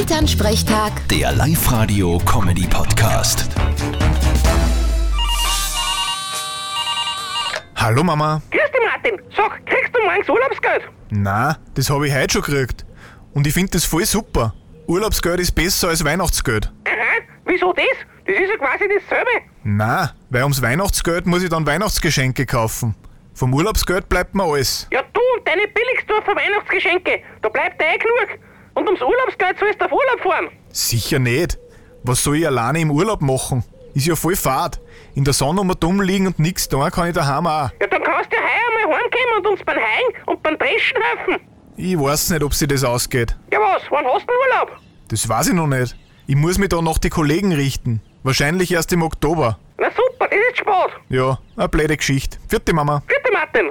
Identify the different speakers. Speaker 1: Elternsprechtag,
Speaker 2: Der Live-Radio-Comedy-Podcast.
Speaker 3: Hallo Mama.
Speaker 4: Grüß dich, Martin. Sag, kriegst du morgens Urlaubsgeld?
Speaker 3: Na, das habe ich heute schon gekriegt. Und ich finde das voll super. Urlaubsgeld ist besser als Weihnachtsgeld.
Speaker 4: Aha, wieso das? Das ist ja quasi dasselbe.
Speaker 3: Na, weil ums Weihnachtsgeld muss ich dann Weihnachtsgeschenke kaufen. Vom Urlaubsgeld bleibt mir alles.
Speaker 4: Ja, du und deine Billigsdorfer Weihnachtsgeschenke, da bleibt dir eh genug. Und ums Urlaubsgeld sollst du auf Urlaub fahren.
Speaker 3: Sicher nicht. Was soll ich alleine im Urlaub machen? Ist ja voll fad. In der Sonne um dumm liegen und nix tun kann ich daheim auch.
Speaker 4: Ja, dann kannst du ja heuer mal heimkommen und uns beim Heien und beim Dreschen helfen.
Speaker 3: Ich weiß nicht, ob sie das ausgeht.
Speaker 4: Ja, was, wann hast du denn Urlaub?
Speaker 3: Das weiß ich noch nicht. Ich muss mich da nach die Kollegen richten. Wahrscheinlich erst im Oktober.
Speaker 4: Na super, das ist Spaß.
Speaker 3: Ja, eine blöde Geschichte. Vierte Mama.
Speaker 4: Bitte, Martin.